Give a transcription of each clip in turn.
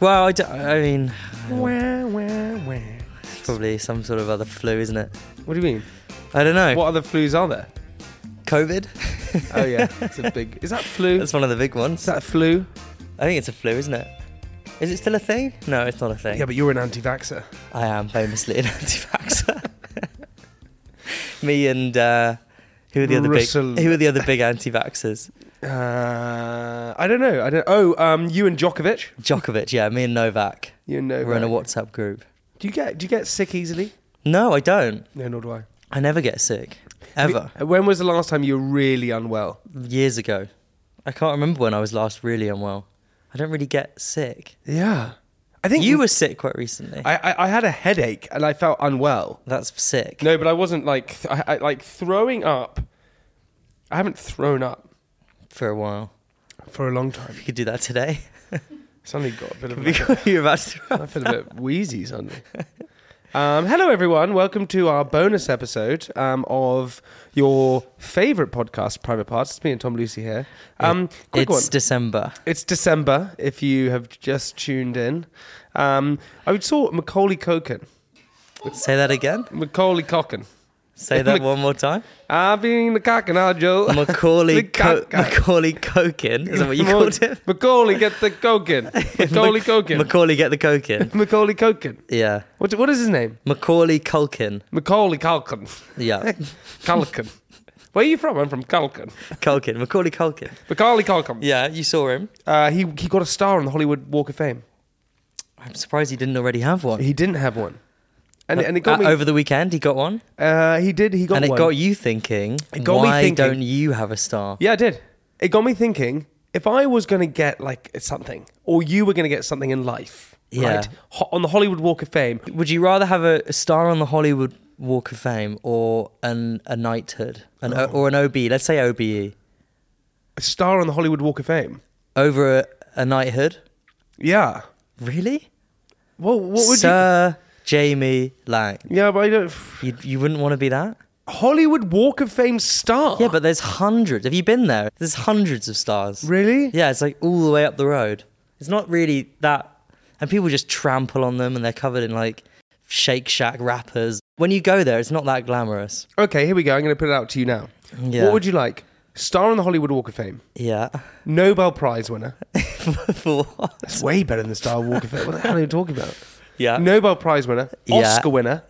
Well, I, don't- I mean, it's probably some sort of other flu, isn't it? What do you mean? I don't know. What other flus are there? COVID? Oh yeah, it's a big. Is that flu? That's one of the big ones. Is that flu? I think it's a flu, isn't it? Is it still a thing? No, it's not a thing. Yeah, but you're an anti-vaxxer. I am famously an anti-vaxxer. Me and uh, who are the other Russell. big? Who are the other big anti-vaxxers? Uh, I don't know. I don't. Oh, um, you and Djokovic. Djokovic, yeah. Me and Novak. You know. We're in a WhatsApp group. Do you get Do you get sick easily? No, I don't. No, nor do I. I never get sick ever. When was the last time you were really unwell? Years ago, I can't remember when I was last really unwell. I don't really get sick. Yeah, I think You were sick quite recently. I, I, I had a headache and I felt unwell. That's sick. No, but I wasn't like th- I, I like throwing up. I haven't thrown up For a while. for a long time. You could do that today. Suddenly got a bit of. like a- You're about to throw I up. feel a bit wheezy suddenly. Um, hello, everyone. Welcome to our bonus episode um, of your favourite podcast, Private Parts. It's me and Tom Lucy here. Um, quick It's one. December. it's December, if you have just tuned in. Um, I saw Macaulay Culkin. Say that again. Macaulay Culkin. Say that one more time. I've been the cock and I, Joe. Macaulay Co- Cock- Macaulay Cokin. Is that what you called him? Macaulay, get the Culkin. Macaulay Culkin. Macaulay get the Cokin. Macaulay Culkin. Yeah. What, what is his name? Macaulay Culkin. Macaulay Culkin. Yeah. Culkin. Where are you from? I'm from Culkin. Culkin. Macaulay Culkin. Macaulay Culkin. Yeah, you saw him. Uh, he, he got a star on the Hollywood Walk of Fame. I'm surprised he didn't already have one. He didn't have one. And, and it Uh, got me. over the weekend, he got one, uh, he did. He got and it one. got you thinking. It got me why thinking. don't you have a star? Yeah, I did. It got me thinking if I was going to get like something, or you were going to get something in life, Yeah. right? Ho- on the Hollywood Walk of Fame, Would you rather have a, a star on the Hollywood Walk of Fame or an a knighthood, an, Oh. O E. or an OB? Let's say OBE a star on the Hollywood Walk of Fame. over a, a knighthood. Yeah. Really? Well, what would Sir Jamie Lang. you? Yeah, but I don't. You, you wouldn't want to be that? Hollywood Walk of Fame star. Yeah, but there's hundreds. Have you been there? There's hundreds of stars. really? Yeah, it's like all the way up the road. It's not really that. And people just trample on them and they're covered in like Shake Shack wrappers. When you go there, it's not that glamorous. Okay, here we go. I'm going to put it out to you now. Yeah. What would you like? Star on the Hollywood Walk of Fame, Yeah. Nobel Prize winner. For what? It's way better than the Star Walk of Fame. What the hell are you talking about? Yeah. Nobel Prize winner, Yeah. Oscar winner,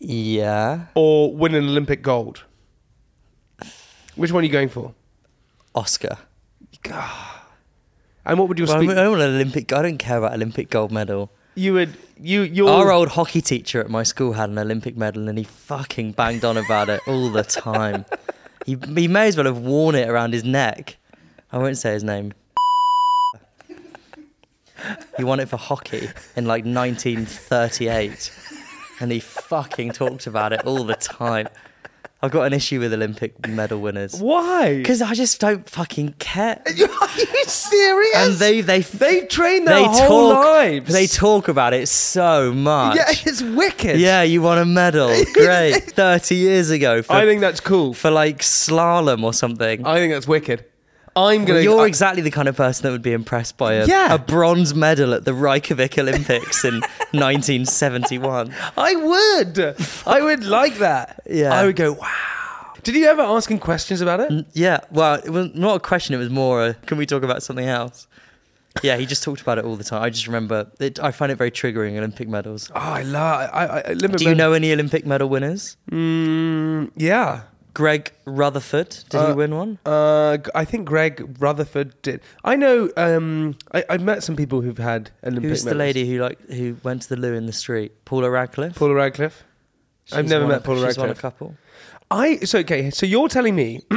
Yeah. or win an Olympic gold? Which one are you going for? Oscar. And what would your Well, I speak? don't want an Olympic. I don't care about Olympic gold medal. you would you your Our old hockey teacher at my school had an Olympic medal, and he fucking banged on about it all the time. He, he may as well have worn it around his neck. I won't say his name. He won it for hockey in like 1938. And he fucking talked about it all the time. I've got an issue with Olympic medal winners. Why? Because I just don't fucking care. Are you serious? And they they They train their whole talk, lives. They talk about it so much. Yeah, it's wicked. Yeah, you won a medal. Great. 30 years ago for, I think that's cool. for like slalom or something. I think that's wicked. I'm gonna. You're I- exactly the kind of person that would be impressed by a, Yeah. a bronze medal at the Reykjavik Olympics in 1971. I would. I would like that. Yeah. I would go. Wow. Did you ever ask him questions about it? Yeah, well, it was not a question, it was more a can we talk about something else? Yeah, he just talked about it all the time. I just remember, it, I find it very triggering Olympic medals. Oh, I love. I, I, I Olympic Do you men- know any Olympic medal winners? Yeah. Greg Rutherford, did he win one? Uh, I think Greg Rutherford did. I know. Um, I, I met some people who've had Olympic. Who's the medals. lady who like who went to the loo in the street? Paula Radcliffe. Paula Radcliffe. She's I've never won met a- Paula She's won a Radcliffe. couple. I so okay. So you're telling me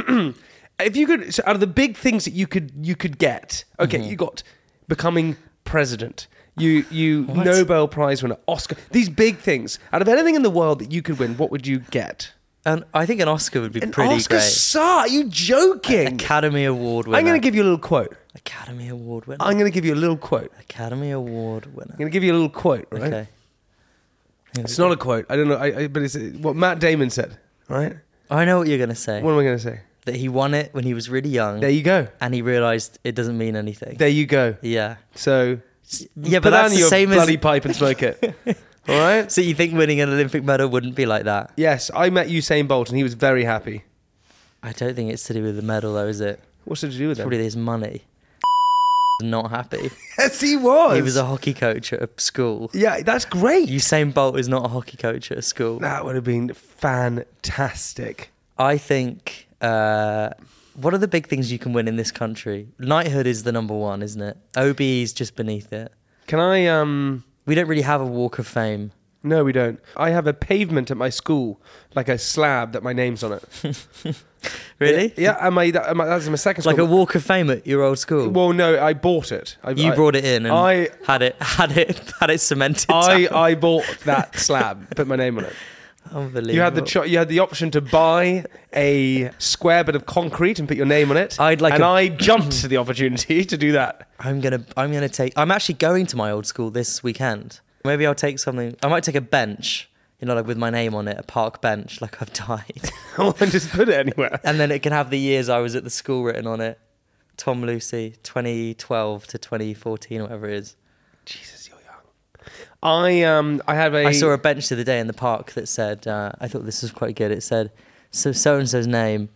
if you could so out of the big things that you could you could get. Okay, Mm-hmm. you got becoming president. You you Nobel Prize winner, Oscar. These big things. Out of anything in the world that you could win, what would you get? And I think an Oscar would be An pretty Oscar great. Sar? Are you joking? Academy Award winner. I'm going to give you a little quote. Academy Award winner. I'm going to give you a little quote. I'm Academy Award winner. going to give you a little quote. Right? Okay. It's not a quote. I don't know. I, I, but it's what Matt Damon said. Right. I know what you're gonna say. What am I going to say? that he won it when he was really young, There you go. and he realised it doesn't mean anything. There you go. yeah. So Yeah, put but that's down the your same as- bloody pipe and smoke it. All right. So you think winning an Olympic medal wouldn't be like that? Yes, I met Usain Bolt and he was very happy. I don't think it's to do with the medal, though, is it? What's it to do with It's that? probably his money. Not happy. Yes, he was. He was a hockey coach at a school. yeah, that's great. Usain Bolt is not a hockey coach at a school. that would have been fantastic. I think. Uh, what are the big things you can win in this country? Knighthood is the number one, isn't it? OBE is just beneath it. Can I? Um, We don't really have a walk of fame. no, we don't. I have a pavement at my school, like a slab that my name's on it. Really? Yeah, and my, that, my that's my second Like a school. walk of fame at your old school. well, no, I bought it. I, you I- brought it in and I had it had it had it cemented. I down. I bought that slab, put my name on it. Unbelievable. You had the cho- you had the option to buy a square bit of concrete and put your name on it. I'd like and a- I jumped to the opportunity to do that. I'm gonna I'm gonna take I'm actually going to my old school this weekend. Maybe I'll take something I might take a bench, you know, like with my name on it, a park bench, like I've died. Well, then just put it anywhere. and then it can have the years I was at the school written on it. Tom Lucy, twenty twelve to twenty fourteen, whatever it is. Jesus, you're young. I um I have a I saw a bench the other day in the park that said, uh, I thought this was quite good. It said, so so and so's name,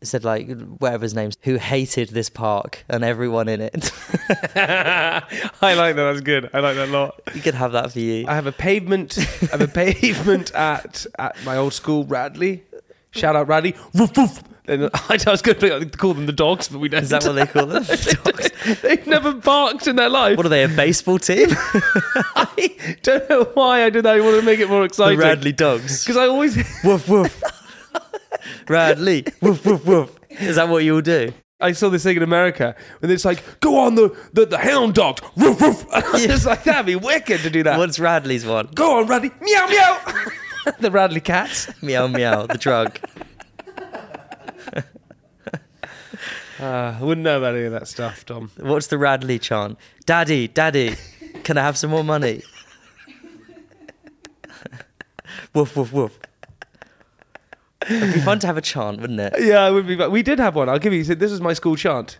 it said like whatever his name's, who hated this park and everyone in it. I like that. That's good. I like that a lot. you could have that for you. I have a pavement. I have a pavement at at my old school, Radley. Shout out Radley. Woof woof. And I was going to call them the dogs, but we don't. Is that what they call them? Dogs. They've never barked in their life. what are they, a baseball team? I don't know why I did that. I wanted to make it more the exciting. Radley dogs. Because I always. woof woof. Radley. Woof woof woof. Is that what you all do? I saw this thing in America, and it's like, go on the the, the hound dogs, roof roof. It's like that'd be wicked to do that. What's Radley's one? Go on, Radley, meow meow. the Radley cats. meow meow, the drug. I wouldn't know about any of that stuff, Tom. What's the Radley chant? Daddy, daddy, can I have some more money? woof, woof, woof. It'd be fun to have a chant, wouldn't it? Yeah, it would be. But we did have one. I'll give you. So this was my school chant,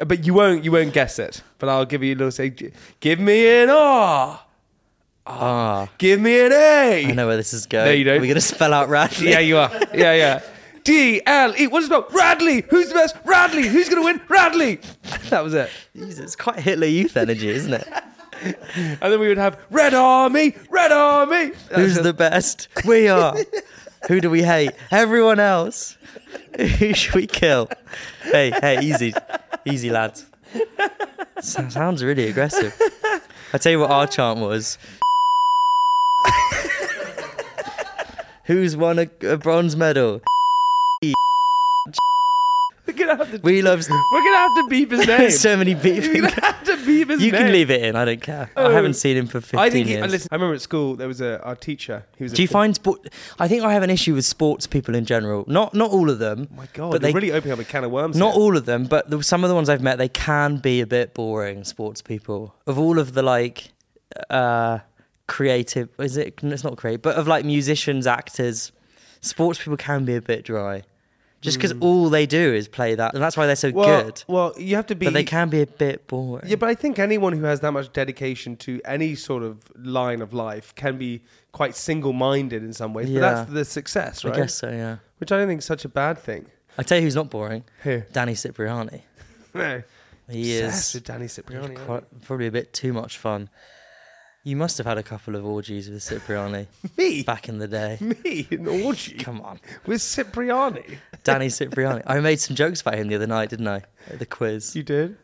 Uh, but you won't you won't guess it. But I'll give you a little. Say, "G- give me an R. Ah, Give me an A. I know where this is going. No, you don't. We're going to spell out Radley. Yeah, you are. Yeah, yeah. D L E. What is it about Radley? Who's the best? Radley. Who's gonna win? Radley. That was it. Jeez, it's quite Hitler Youth energy, isn't it? And then we would have Red Army, Red Army. Who's the best? We are. Who do we hate? Everyone else. Who should we kill? Hey, hey, easy, easy, lads. So- Sounds really aggressive. I tell you what our chant was. Who's won a, a bronze medal? We're gonna have to, We love. we're gonna have to beep his name. so many We're people. gonna have to be his You can name. Oh. leave it in. I don't care. I haven't seen him for 15 I think. He, years. listen, I remember at school there was a our teacher. He was. a Do you football- find sport? I think I have an issue with sports people in general. Not not all of them. Oh My God, but they're they really opening up a can of worms. not here. all of them, but the, some of the ones I've met, they can be a bit boring. Sports people of all of the like uh creative. Is it? It's not creative, but of like musicians, actors, sports people can be a bit dry, just because all they do is play that, and that's why they're so Hmm. Well, good. well, you have to be. But they can be a bit boring. Yeah, but I think anyone who has that much dedication to any sort of line of life can be quite single-minded in some ways. But Yeah. that's the success, right? I guess so. Yeah. Which I don't think is such a bad thing. I tell you who's not boring. Who? Danny Cipriani. No. He Obsessed is. with Danny Cipriani. aren't Quite, probably a bit too much fun. You must have had a couple of orgies with Cipriani Me? back in the day. Me? An orgy? Come on, With Cipriani? Danny Cipriani. I made some jokes about him the other night, didn't I? At the quiz. You, You did?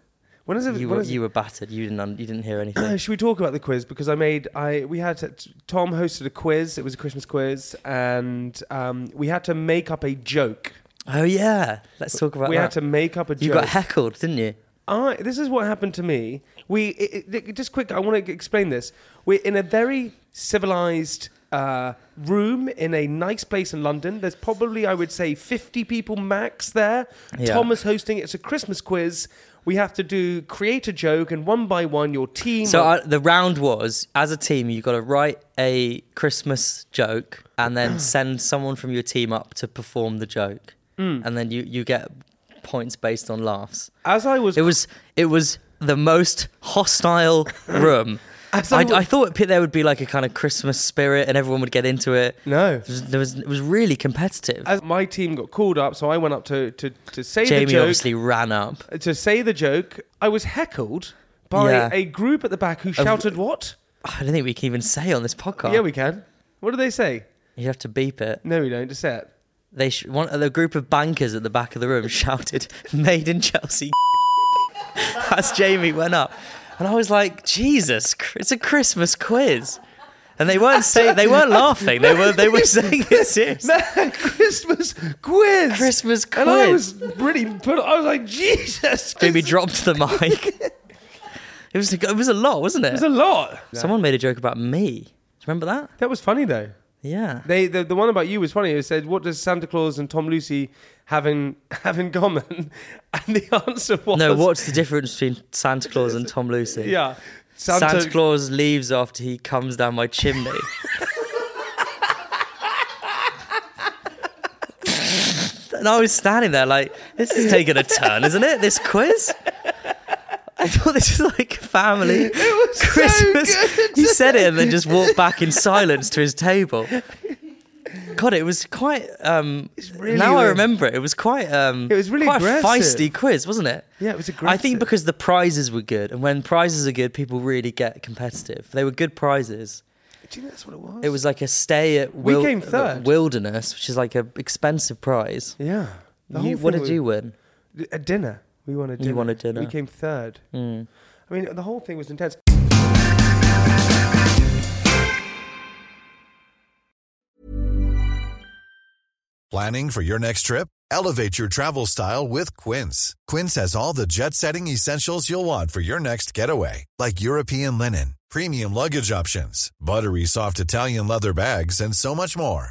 When is it? when were, is it- you were battered. You didn't. Un- you didn't hear Uh, anything. Should we talk about the quiz? Because I made I we had to, Tom hosted a quiz. It was a Christmas quiz, and um, we had to make up a joke. oh yeah, let's talk about we that. had to make up a uh, you joke. got heckled, didn't you? I, this is what happened to me. We it, it- just quick. I want to explain this. We're in a very civilized uh, room in a nice place in London. There's probably I would say 50 people max there. Yeah. Tom is hosting. It's a Christmas quiz. We have to do create a joke, and one by one, your team. So uh, the round was as a team, you got to write a Christmas joke and then send someone from your team up to perform the joke, Hmm. and then you you get points based on laughs. as I was, It was it was the most hostile room. I, As I wa- I thought there would be like a kind of Christmas spirit and everyone would get into it. No. It was, there was it was really competitive. as my team got called up, so I went up to to, to say the Jamie joke. obviously ran up. To say the joke, I was heckled by Yeah. a group at the back who shouted, "What? I don't think we can even say on this podcast. Yeah, we can." What do they say? You have to beep it. No, we don't. Just say it. They sh- one the group of bankers at the back of the room shouted "Made in Chelsea" as Jamie went up, and I was like, "Jesus, Chr- it's a Christmas quiz." And they weren't saying they weren't laughing. They were they were saying it seriously. Christmas quiz. Christmas And I was quiz. really put. I was like, Jesus. Jamie this dropped the mic. it was it was a lot, wasn't it? is a lot. Someone made a joke about me. Do you remember that? That was funny though. Yeah. They the, the one about you was funny. It said, "What does Santa Claus and Tom Lucy have in have in common?" And the answer was no, what's the difference between Santa Claus and Tom Lucy? Yeah, Santa, Claus leaves after he comes down my chimney. and I was standing there like, this is taking a turn, isn't it? This quiz. I thought this was like a family so Christmas. good. He said it and then just walked back in silence to his table. God, it was quite. Um, really now I weird. remember it. It was quite. Um, It was really quite a aggressive. feisty quiz, wasn't it? Yeah, it was I think aggressive. because the prizes were good, and when prizes are good, people really get competitive. They were good prizes. Do you think that's what it was? It was like a stay at Wil- came third. Wilderness, which is like an expensive prize. Yeah. The You, whole thing what did was- you win? A dinner. We won a dinner. won a dinner. Hmm. We came third. I mean, the whole thing was intense. Planning for your next trip? Elevate your travel style with Quince. Quince has all the jet setting essentials you'll want for your next getaway, like European linen, premium luggage options, buttery soft Italian leather bags, and so much more.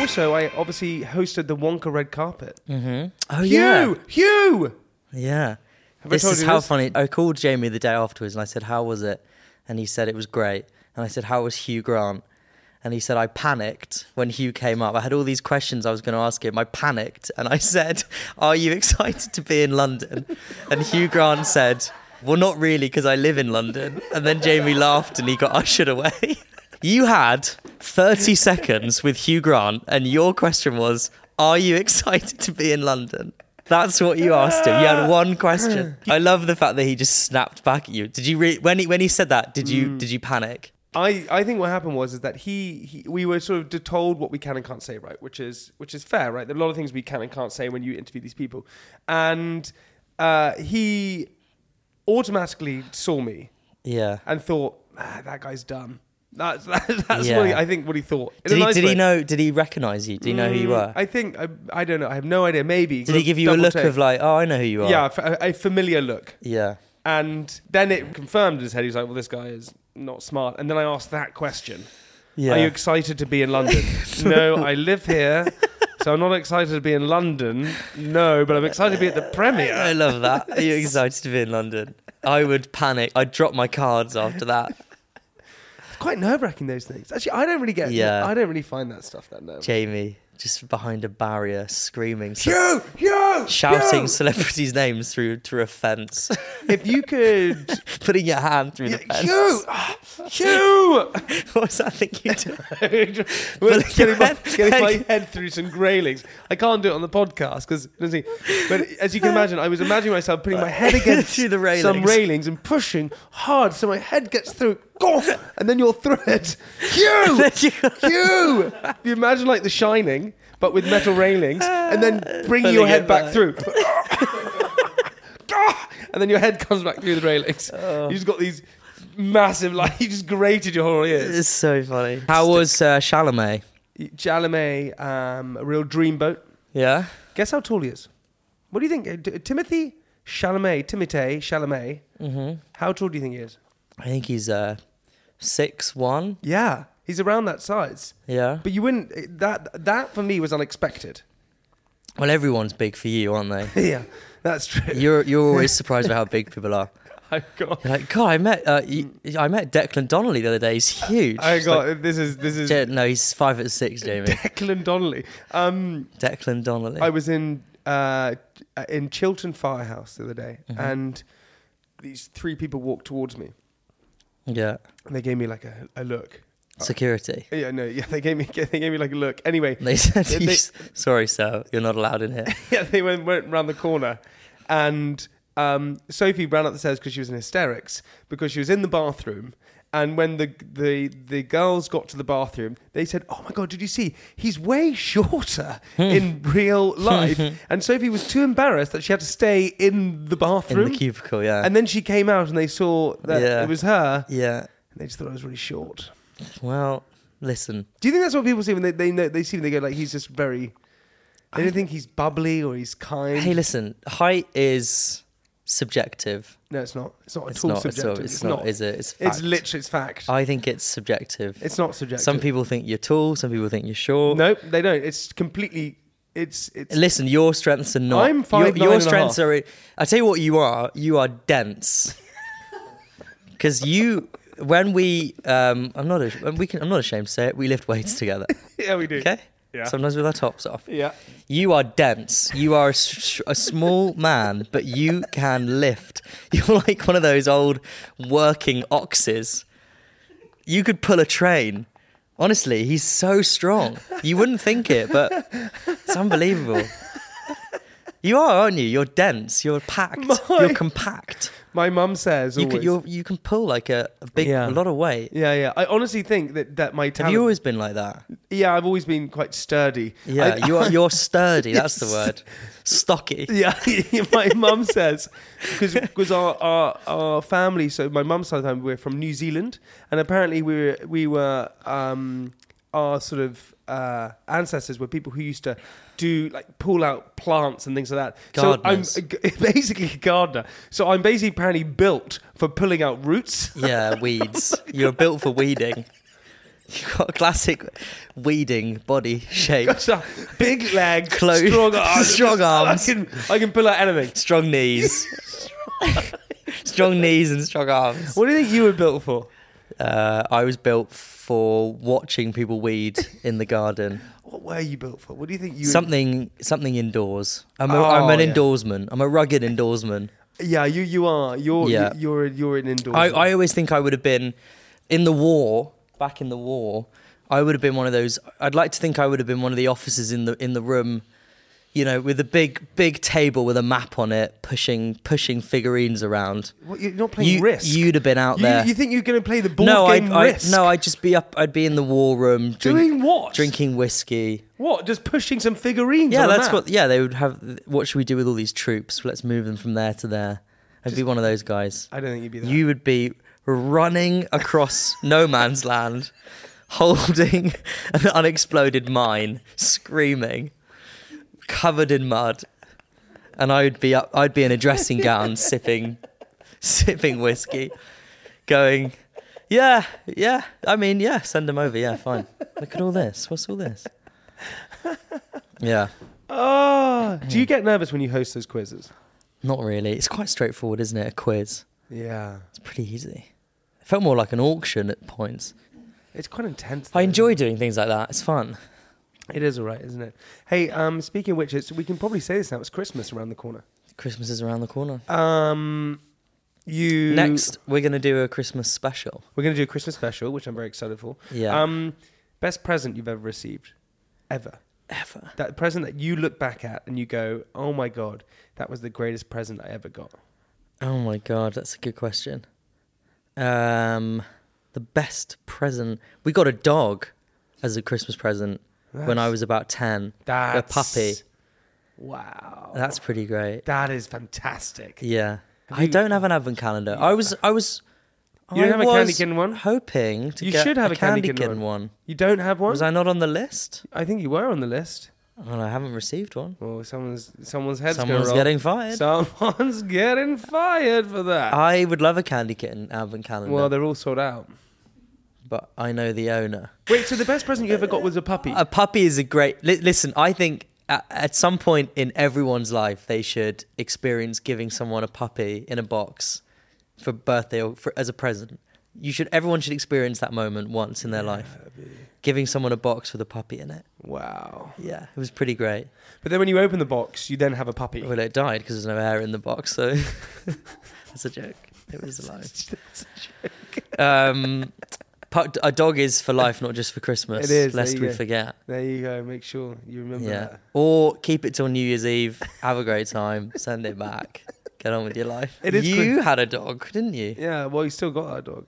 Also, I obviously hosted the Wonka red carpet. Oh Hugh, yeah, Hugh. yeah. I This told is you how this? funny. I called Jamie the day afterwards and I said, "How was it?" And he said it was great. And I said, "How was Hugh Grant?" And he said, "I panicked when Hugh came up. I had all these questions I was going to ask him. I panicked and I said, "Are you excited to be in London?" And Hugh Grant said, "Well, not really, because I live in London." And then Jamie laughed and he got ushered away. You had 30 seconds with Hugh Grant, and your question was, Are you excited to be in London? That's what you asked him. You had one question. I love the fact that he just snapped back at you. Did you re- when he when he said that? Did you Mm. did you panic? I, I think what happened was is that he, he we were sort of told what we can and can't say right which is which is fair right there are a lot of things we can and can't say when you interview these people and uh, he automatically saw me Yeah. and thought ah, that guy's dumb that's that's that's Yeah. what he, I think what he thought In a Did he nice did he way. Mm. know? Did he recognize you? Did he know who you were? I think I, I don't know I have no idea maybe Did he give you a Double look take. of like, Oh, I know who you are? yeah f- a, a familiar look Yeah. and then it confirmed in his head he was like well this guy is not smart and then I asked that question Yeah. Are you excited to be in London? no, I live here, so I'm not excited to be in London. No, but I'm excited to be at the I premiere. love that. Are you excited to be in London? I would panic. I'd drop my cards after that. It's quite nerve wracking those things. Actually, I don't really get. Yeah. I don't really find that stuff that nerve. Jamie just behind a barrier, screaming. You, you, shouting you! celebrities' names through through a fence, If you could, putting your hand through the fence. you, you. What's that thing you do? Well, getting my, getting my head through some railings. I can't do it on the podcast because. But as you can imagine, I was imagining myself putting my head against Through the railings. some railings and pushing hard so my head gets through. Go! And then you're through it. You, you. You imagine like The Shining, but with metal railings, and then bringing Pulling your it head back, back. through. Ah! and then your head comes back through the railings. Oh. You just got these massive, like you just grated your whole ears. It's so funny. How was uh, Chalamet? Chalamet, um, a real dreamboat. Yeah, Guess how tall he is? What do you think? Uh, T- Timothy Chalamet, Timotei Chalamet. Mm-hmm. How tall do you think he is? I think he's uh, six one. Yeah, he's around that size. Yeah. But you wouldn't. eh, That that for me was unexpected. Well, everyone's big for you, aren't they? Yeah, that's true. You're you're always surprised by how big people are. I got. You're like, God, I met uh, you, I met Declan Donnelly the other day. He's huge. I It's got. like, this is this is "Ja- no, he's five foot six, Jamie. Declan Donnelly. Um, Declan Donnelly. I was in uh, in Chiltern Firehouse the other day, and these three people walked towards me, yeah, and they gave me like a, a look. security. Yeah, no, yeah, they gave me they gave me like a look. Anyway, They said, They- "You they- s- "Sorry, sir, you're not allowed in here." yeah, they went went round the corner, and um, Sophie ran up the stairs because she was in hysterics because she was in the bathroom. And when the, the the girls got to the bathroom, they said, "Oh my god, did you see? He's way shorter Hmm. in real life." and Sophie was too embarrassed that she had to stay in the bathroom, cubicle, yeah. And then she came out, and they saw that Yeah. it was her, Yeah. and they just thought I was really short. Well, listen. Do you think that's what people see when they they know they see him? They go like, "He's just very." They don't think he's bubbly or he's kind. Hey, listen. Height is subjective. No, it's not. It's not at It's all not. It's subjective. not. It's not. Is it? It's fact. It's literally it's fact. I think it's subjective. it's not subjective. Some people think you're tall. Some people think you're short. Nope, they don't. It's completely. It's it's. Listen, your strengths are not. I'm your- five nine Your, and a strengths half. are. I tell you what, you are. You are dense. Because you, when we, um, I'm not. ash- We can. I'm not ashamed to say it. We lift weights together. yeah, we do. Okay. Yeah. Sometimes with our tops off. Yeah. You are dense. You are a, s- a small man, but you can lift. You're like one of those old working oxes. You could pull a train. Honestly, he's so strong. You wouldn't think it, but it's unbelievable. You are, aren't you? You're dense. You're packed. You're compact. My mum says You always. can, you're, you can pull like a, a big, Yeah. a lot of weight. yeah, yeah. I honestly think that that my Have talent. you always been like that? yeah, I've always been quite sturdy. Yeah, I- you're you're sturdy. That's the Yes. word. Stocky. Yeah, my mum says because our, our our family. So my mum's side of the family, we're from New Zealand, and apparently we were we were um, our sort of uh, ancestors were people who used to do like pull out plants and things like that. Gardeners. So I'm a g- basically a gardener. So I'm basically apparently built for pulling out roots. Yeah, weeds. You're built for weeding. You've got a classic weeding body shape. So big legs, Close- strong arms, strong arms. I can, I can pull out anything. Strong knees. strong knees and strong arms. What do you think you were built for? Uh, I was built for watching people weed in the garden. What were you built for? What do you think you? Something something indoors. I'm, a, Oh, am an yeah. indoorsman. I'm a rugged indoorsman. Yeah, you you are. You're Yeah. you, you're you're an indoor. I, I always think I would have been in the war, back in the war, I would have been one of those I'd like to think I would have been one of the officers in the in the room, you know, with a big big table with a map on it, pushing pushing figurines around. What, you're not playing You- risk. you'd have been out You- there. You think you're going to play the board no, game I, risk? I no, I'd just be up I'd be in the war room drink- Doing what? Drinking whiskey. What? Just pushing some figurines? on Yeah, a that's map? what yeah, they would have what should we do with all these troops? Let's move them from there to there. I'd be one of those guys. I don't think you'd be that. you would be running across no man's land, holding an unexploded mine, screaming, covered in mud, and I would be up, I'd be in a dressing gown, sipping, sipping whiskey, going, yeah, yeah. I mean, yeah, send them over. Yeah, fine. Look at all this. What's all this? Yeah. Ah, do you get nervous when you host those quizzes? Not really. It's quite straightforward, isn't it? A quiz. Yeah, It's pretty easy. It felt more like an auction at points. it's quite intense. I though. enjoy doing things like that. It's fun. It is all right, isn't it? Hey, um, speaking of which, it's, we can probably say this now. It's Christmas around the corner. Christmas is around the corner. Um, you Next, we're going to do a Christmas special. We're going to do a Christmas special, which I'm very excited for. Yeah. Um, best present you've ever received, ever. Ever. That present that you look back at and you go, "Oh my god, that was the greatest present I ever got." Oh my god, that's a good question. Um, the best present we got a dog as a Christmas present when I was about ten. a That's puppy. Wow. That's pretty great. That is fantastic. Yeah. I don't have an advent calendar. I was, I was. You don't I have a Candy was Kin one? Hoping to You get should have a Candy Kin Kin one. one. You don't have one? Was I not on the list? I think you were on the list. Well, I haven't received one. Well, someone's someone's head's gonna Someone's roll. getting fired. Oh, Someone's getting fired for that. I would love a Candy Kitten advent calendar. well, they're all sold out. but I know the owner. Wait, so the best present you ever got was a puppy? A puppy is a great. Li- listen, I think at, at some point in everyone's life they should experience giving someone a puppy in a box for birthday or for, as a present. You should. Everyone should experience that moment once in their life. Giving someone a box with a puppy in it. wow. Yeah, it was pretty great. But then when you open the box, you then have a puppy. Well, it died because there's no air in the box, so that's a joke. It was alive. um, pu- a dog is for life, not just for Christmas. It is, there Lest you we go. forget. There you go. Make sure you remember Yeah. that. Or keep it till New Year's Eve. Have a great time. Send it back. Get on with your life. It is you cri- had a dog, didn't you? Yeah, well, you still got that dog.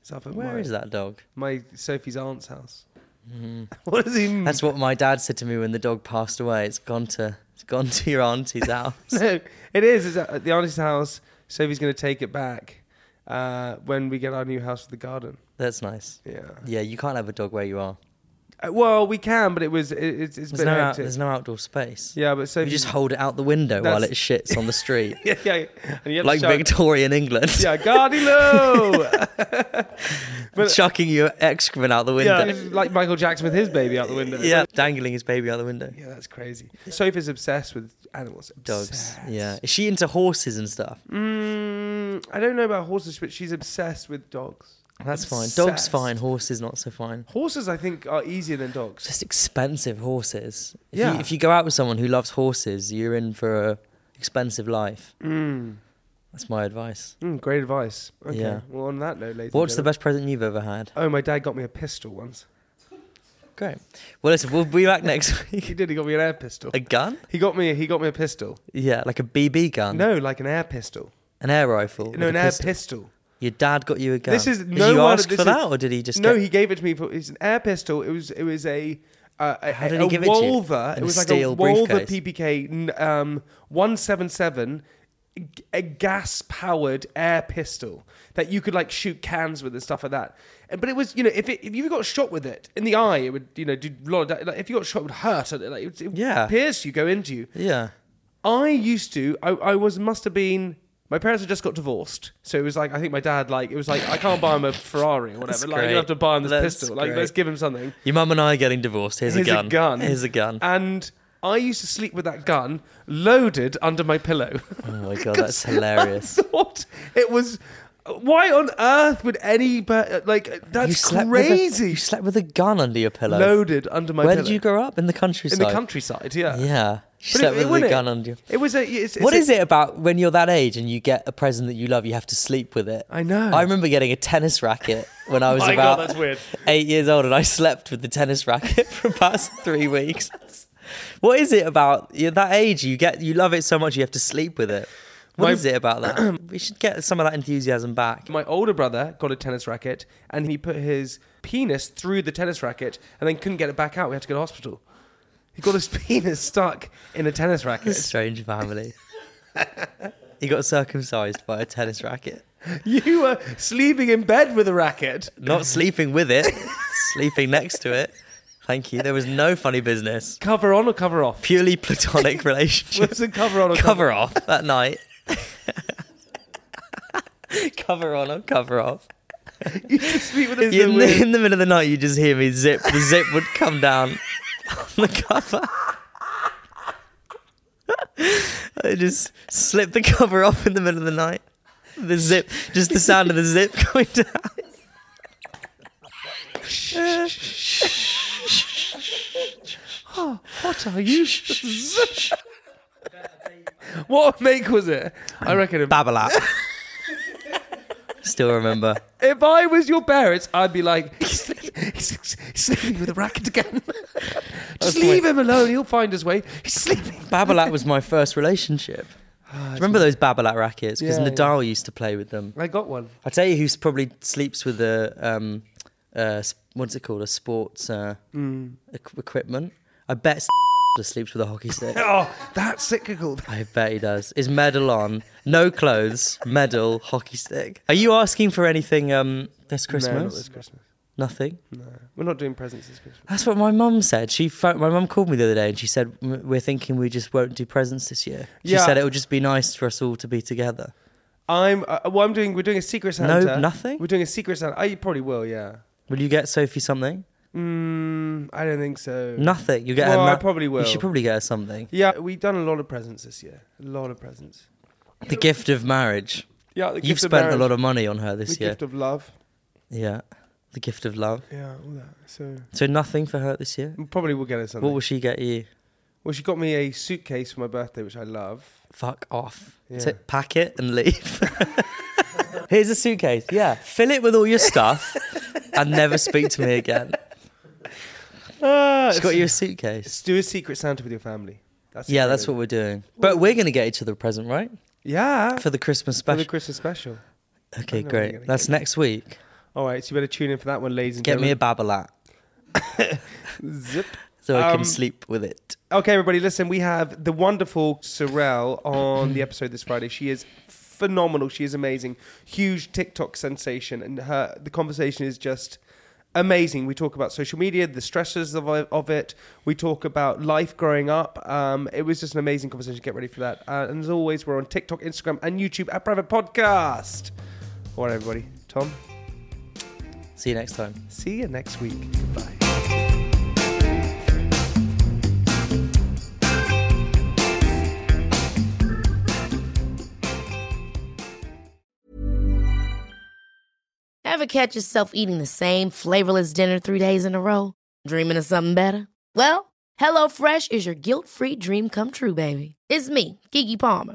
It's up at Hmm. Where is my, that dog? My Sophie's aunt's house. What does he mean? Mm-hmm. That's what my dad said to me when the dog passed away. It's gone to it's gone to your auntie's house. no, it is. It's at the auntie's house. Sophie's going to take it back uh, when we get our new house with the garden. That's nice. Yeah. Yeah, you can't have a dog where you are. Uh, well, we can, but it was it, it's, it's There's been no, out, hectic. there's no outdoor space. yeah, but You Sophie just hold it out the window while it That's- shits on the street, yeah, yeah, and you have to like shout, Victorian England, Yeah, Gardilo. chucking your excrement out the window. yeah, like Michael Jackson with his baby out the window. Yeah, dangling his baby out the window. yeah, that's crazy. Sophie's obsessed with animals. Dogs. Obsessed. Yeah, is she into horses and stuff? Mm, I don't know about horses, but she's obsessed with dogs. That's fine. Dogs Obsessed. fine. Horses not so fine. Horses, I think, are easier than dogs. Just expensive horses. If Yeah. You, if you go out with someone who loves horses, you're in for a expensive life. That's my advice. Mm, great advice. Okay. Yeah. Well, on that note, ladies. and What's the gentlemen- best present you've ever had? Oh, my dad got me a pistol once. Great. Well, listen, we'll be back next He week. did. He got me an air pistol. A gun? He got me. He got me a pistol. Yeah, like a BB gun. No, like an air pistol. An air No, rifle. Mm. with an a air pistol. pistol. Your dad got you a gun. This is Did no you one. ask this for is- that, or did he just? No, get- he gave it to me. For, it's an air pistol. It was. It was a. Uh, a, How did a he give it to you? Walther. In a was like a steel Walther briefcase? PPK n- um, one seven seven a gas powered air pistol that you could like shoot cans with and stuff like that. And, but it was you know if it, if you got shot with it in the eye, it would you know do a lot of da- like, if you got shot it would hurt. and, Like, it would, it would Yeah. pierce you, go into you. Yeah. I used to. I, I was must have been. My parents had just got divorced, so it was like I think my dad like it was like I can't buy him a Ferrari or whatever. Like you great. have to buy him this That's pistol. Like great. let's give him something. Your mum and I are getting divorced. Here's, Here's Ah, a gun. Here's a gun. And I used to sleep with that gun loaded under my pillow. oh my god, that's hilarious. I thought it was. Why on earth would any per- like You that's slept with a- crazy? you slept with a gun under your pillow. loaded under my Where pillow. did you grow up? In the In countryside. the countryside, yeah. Yeah. You But it- slept it- with a wouldn't it? gun under your It was a. It's, it's What a- is it about when you're that age and you get a present that you love, you have to sleep with it? I know. I remember getting a tennis racket when I was My God, about that's weird. eight years old, and I slept with the tennis racket for about three weeks. What is it about you're that age? You get you love it so much, you have to sleep with it. What My- is it about that? we should get some of that enthusiasm back. My older brother got a tennis racket and he put his penis through the tennis racket and then couldn't get it back out. We had to go to hospital. He got his penis stuck in a tennis racket. Strange family. you got circumcised by a tennis racket. you were sleeping in bed with a racket. Not sleeping with it, sleeping next to it. Thank you. There was no funny business. Cover on or cover off? purely platonic relationship. Was it cover on or cover off that night. cover on or cover off. You just sleep with his In little- the, in the middle of the night, you just hear me zip. The zip would come down on the cover. I just slip the cover off in the middle of the night. The zip, just the sound of the zip going down. What are you? what make was it? I reckon. If, Babalap. Still remember. if I was your parents, I'd be like, he's sleep- he's sleeping with a racket again. Just the way- leave him alone. He'll find his way. He's sleeping. Babolat was my first relationship. Do you remember those Babolat rackets? Because Ah, Yeah, yeah. Nadal used to play with them. I got one. I tell you, who probably sleeps with a um, uh, s- what's it called? A sports uh, Mm. equ- equipment. I bet just sleeps with a hockey stick. Oh, that's cyclical. I bet he does. His medal on, no clothes, medal, hockey stick. Are you asking for anything um, this Christmas? No, not this Christmas. Nothing. We're not doing presents this Christmas. That's what my mum said. She pho- my mum called me the other day and she said "M- we're thinking we just won't do presents this year. She Yeah. said it would just be nice for us all to be together. I'm. Uh, well, I'm doing. We're doing a secret No, Santa. nothing? We're doing a secret Santa. I you probably will. Yeah. Will you get Sophie something? Mm, I don't think so. Nothing. You get Well, her. I probably will. You should probably get her something. Yeah, we've done a lot of presents this year. A lot of presents. The gift of marriage. Yeah, the You've gift of spent a marriage, lot of money on her the this year. gift of love. yeah. The gift of love. Yeah, all that. So So nothing for her this year? probably will get her something. What will she get you? Well, she got me a suitcase for my birthday, which I love. Fuck off. Yeah. T- pack it and leave. Here's a suitcase. Yeah. Fill it with all your stuff and never speak to me again. Ah, She's got you a suitcase. Let's do a secret Santa with your family. That's Yeah, that's what we're doing. But we're going to get each other a present, right? Yeah, for For the Christmas the, special. Christmas special. Okay, know what you're great. gonna That's next week. All right, so you better tune in for that one, ladies and Get me a gentlemen. Babolat Get me a zip. so I Um, can sleep with it. Okay, everybody, listen. We have the wonderful Sorel on the episode this Friday. She is phenomenal. She is amazing. Huge TikTok sensation, and her the conversation is just amazing. We talk about social media, the stresses of, of it. We talk about life growing up. Um, it was just an amazing conversation. Get ready for that. Uh, and as always, we're on TikTok, Instagram, and YouTube at Private Podcast. All right, everybody. Tom, See you next time. see you next week. Goodbye. Ever catch yourself eating the same flavorless dinner three days in a row? Dreaming of something better? Well, HelloFresh is your guilt free dream come true, baby. It's me, Gigi Palmer.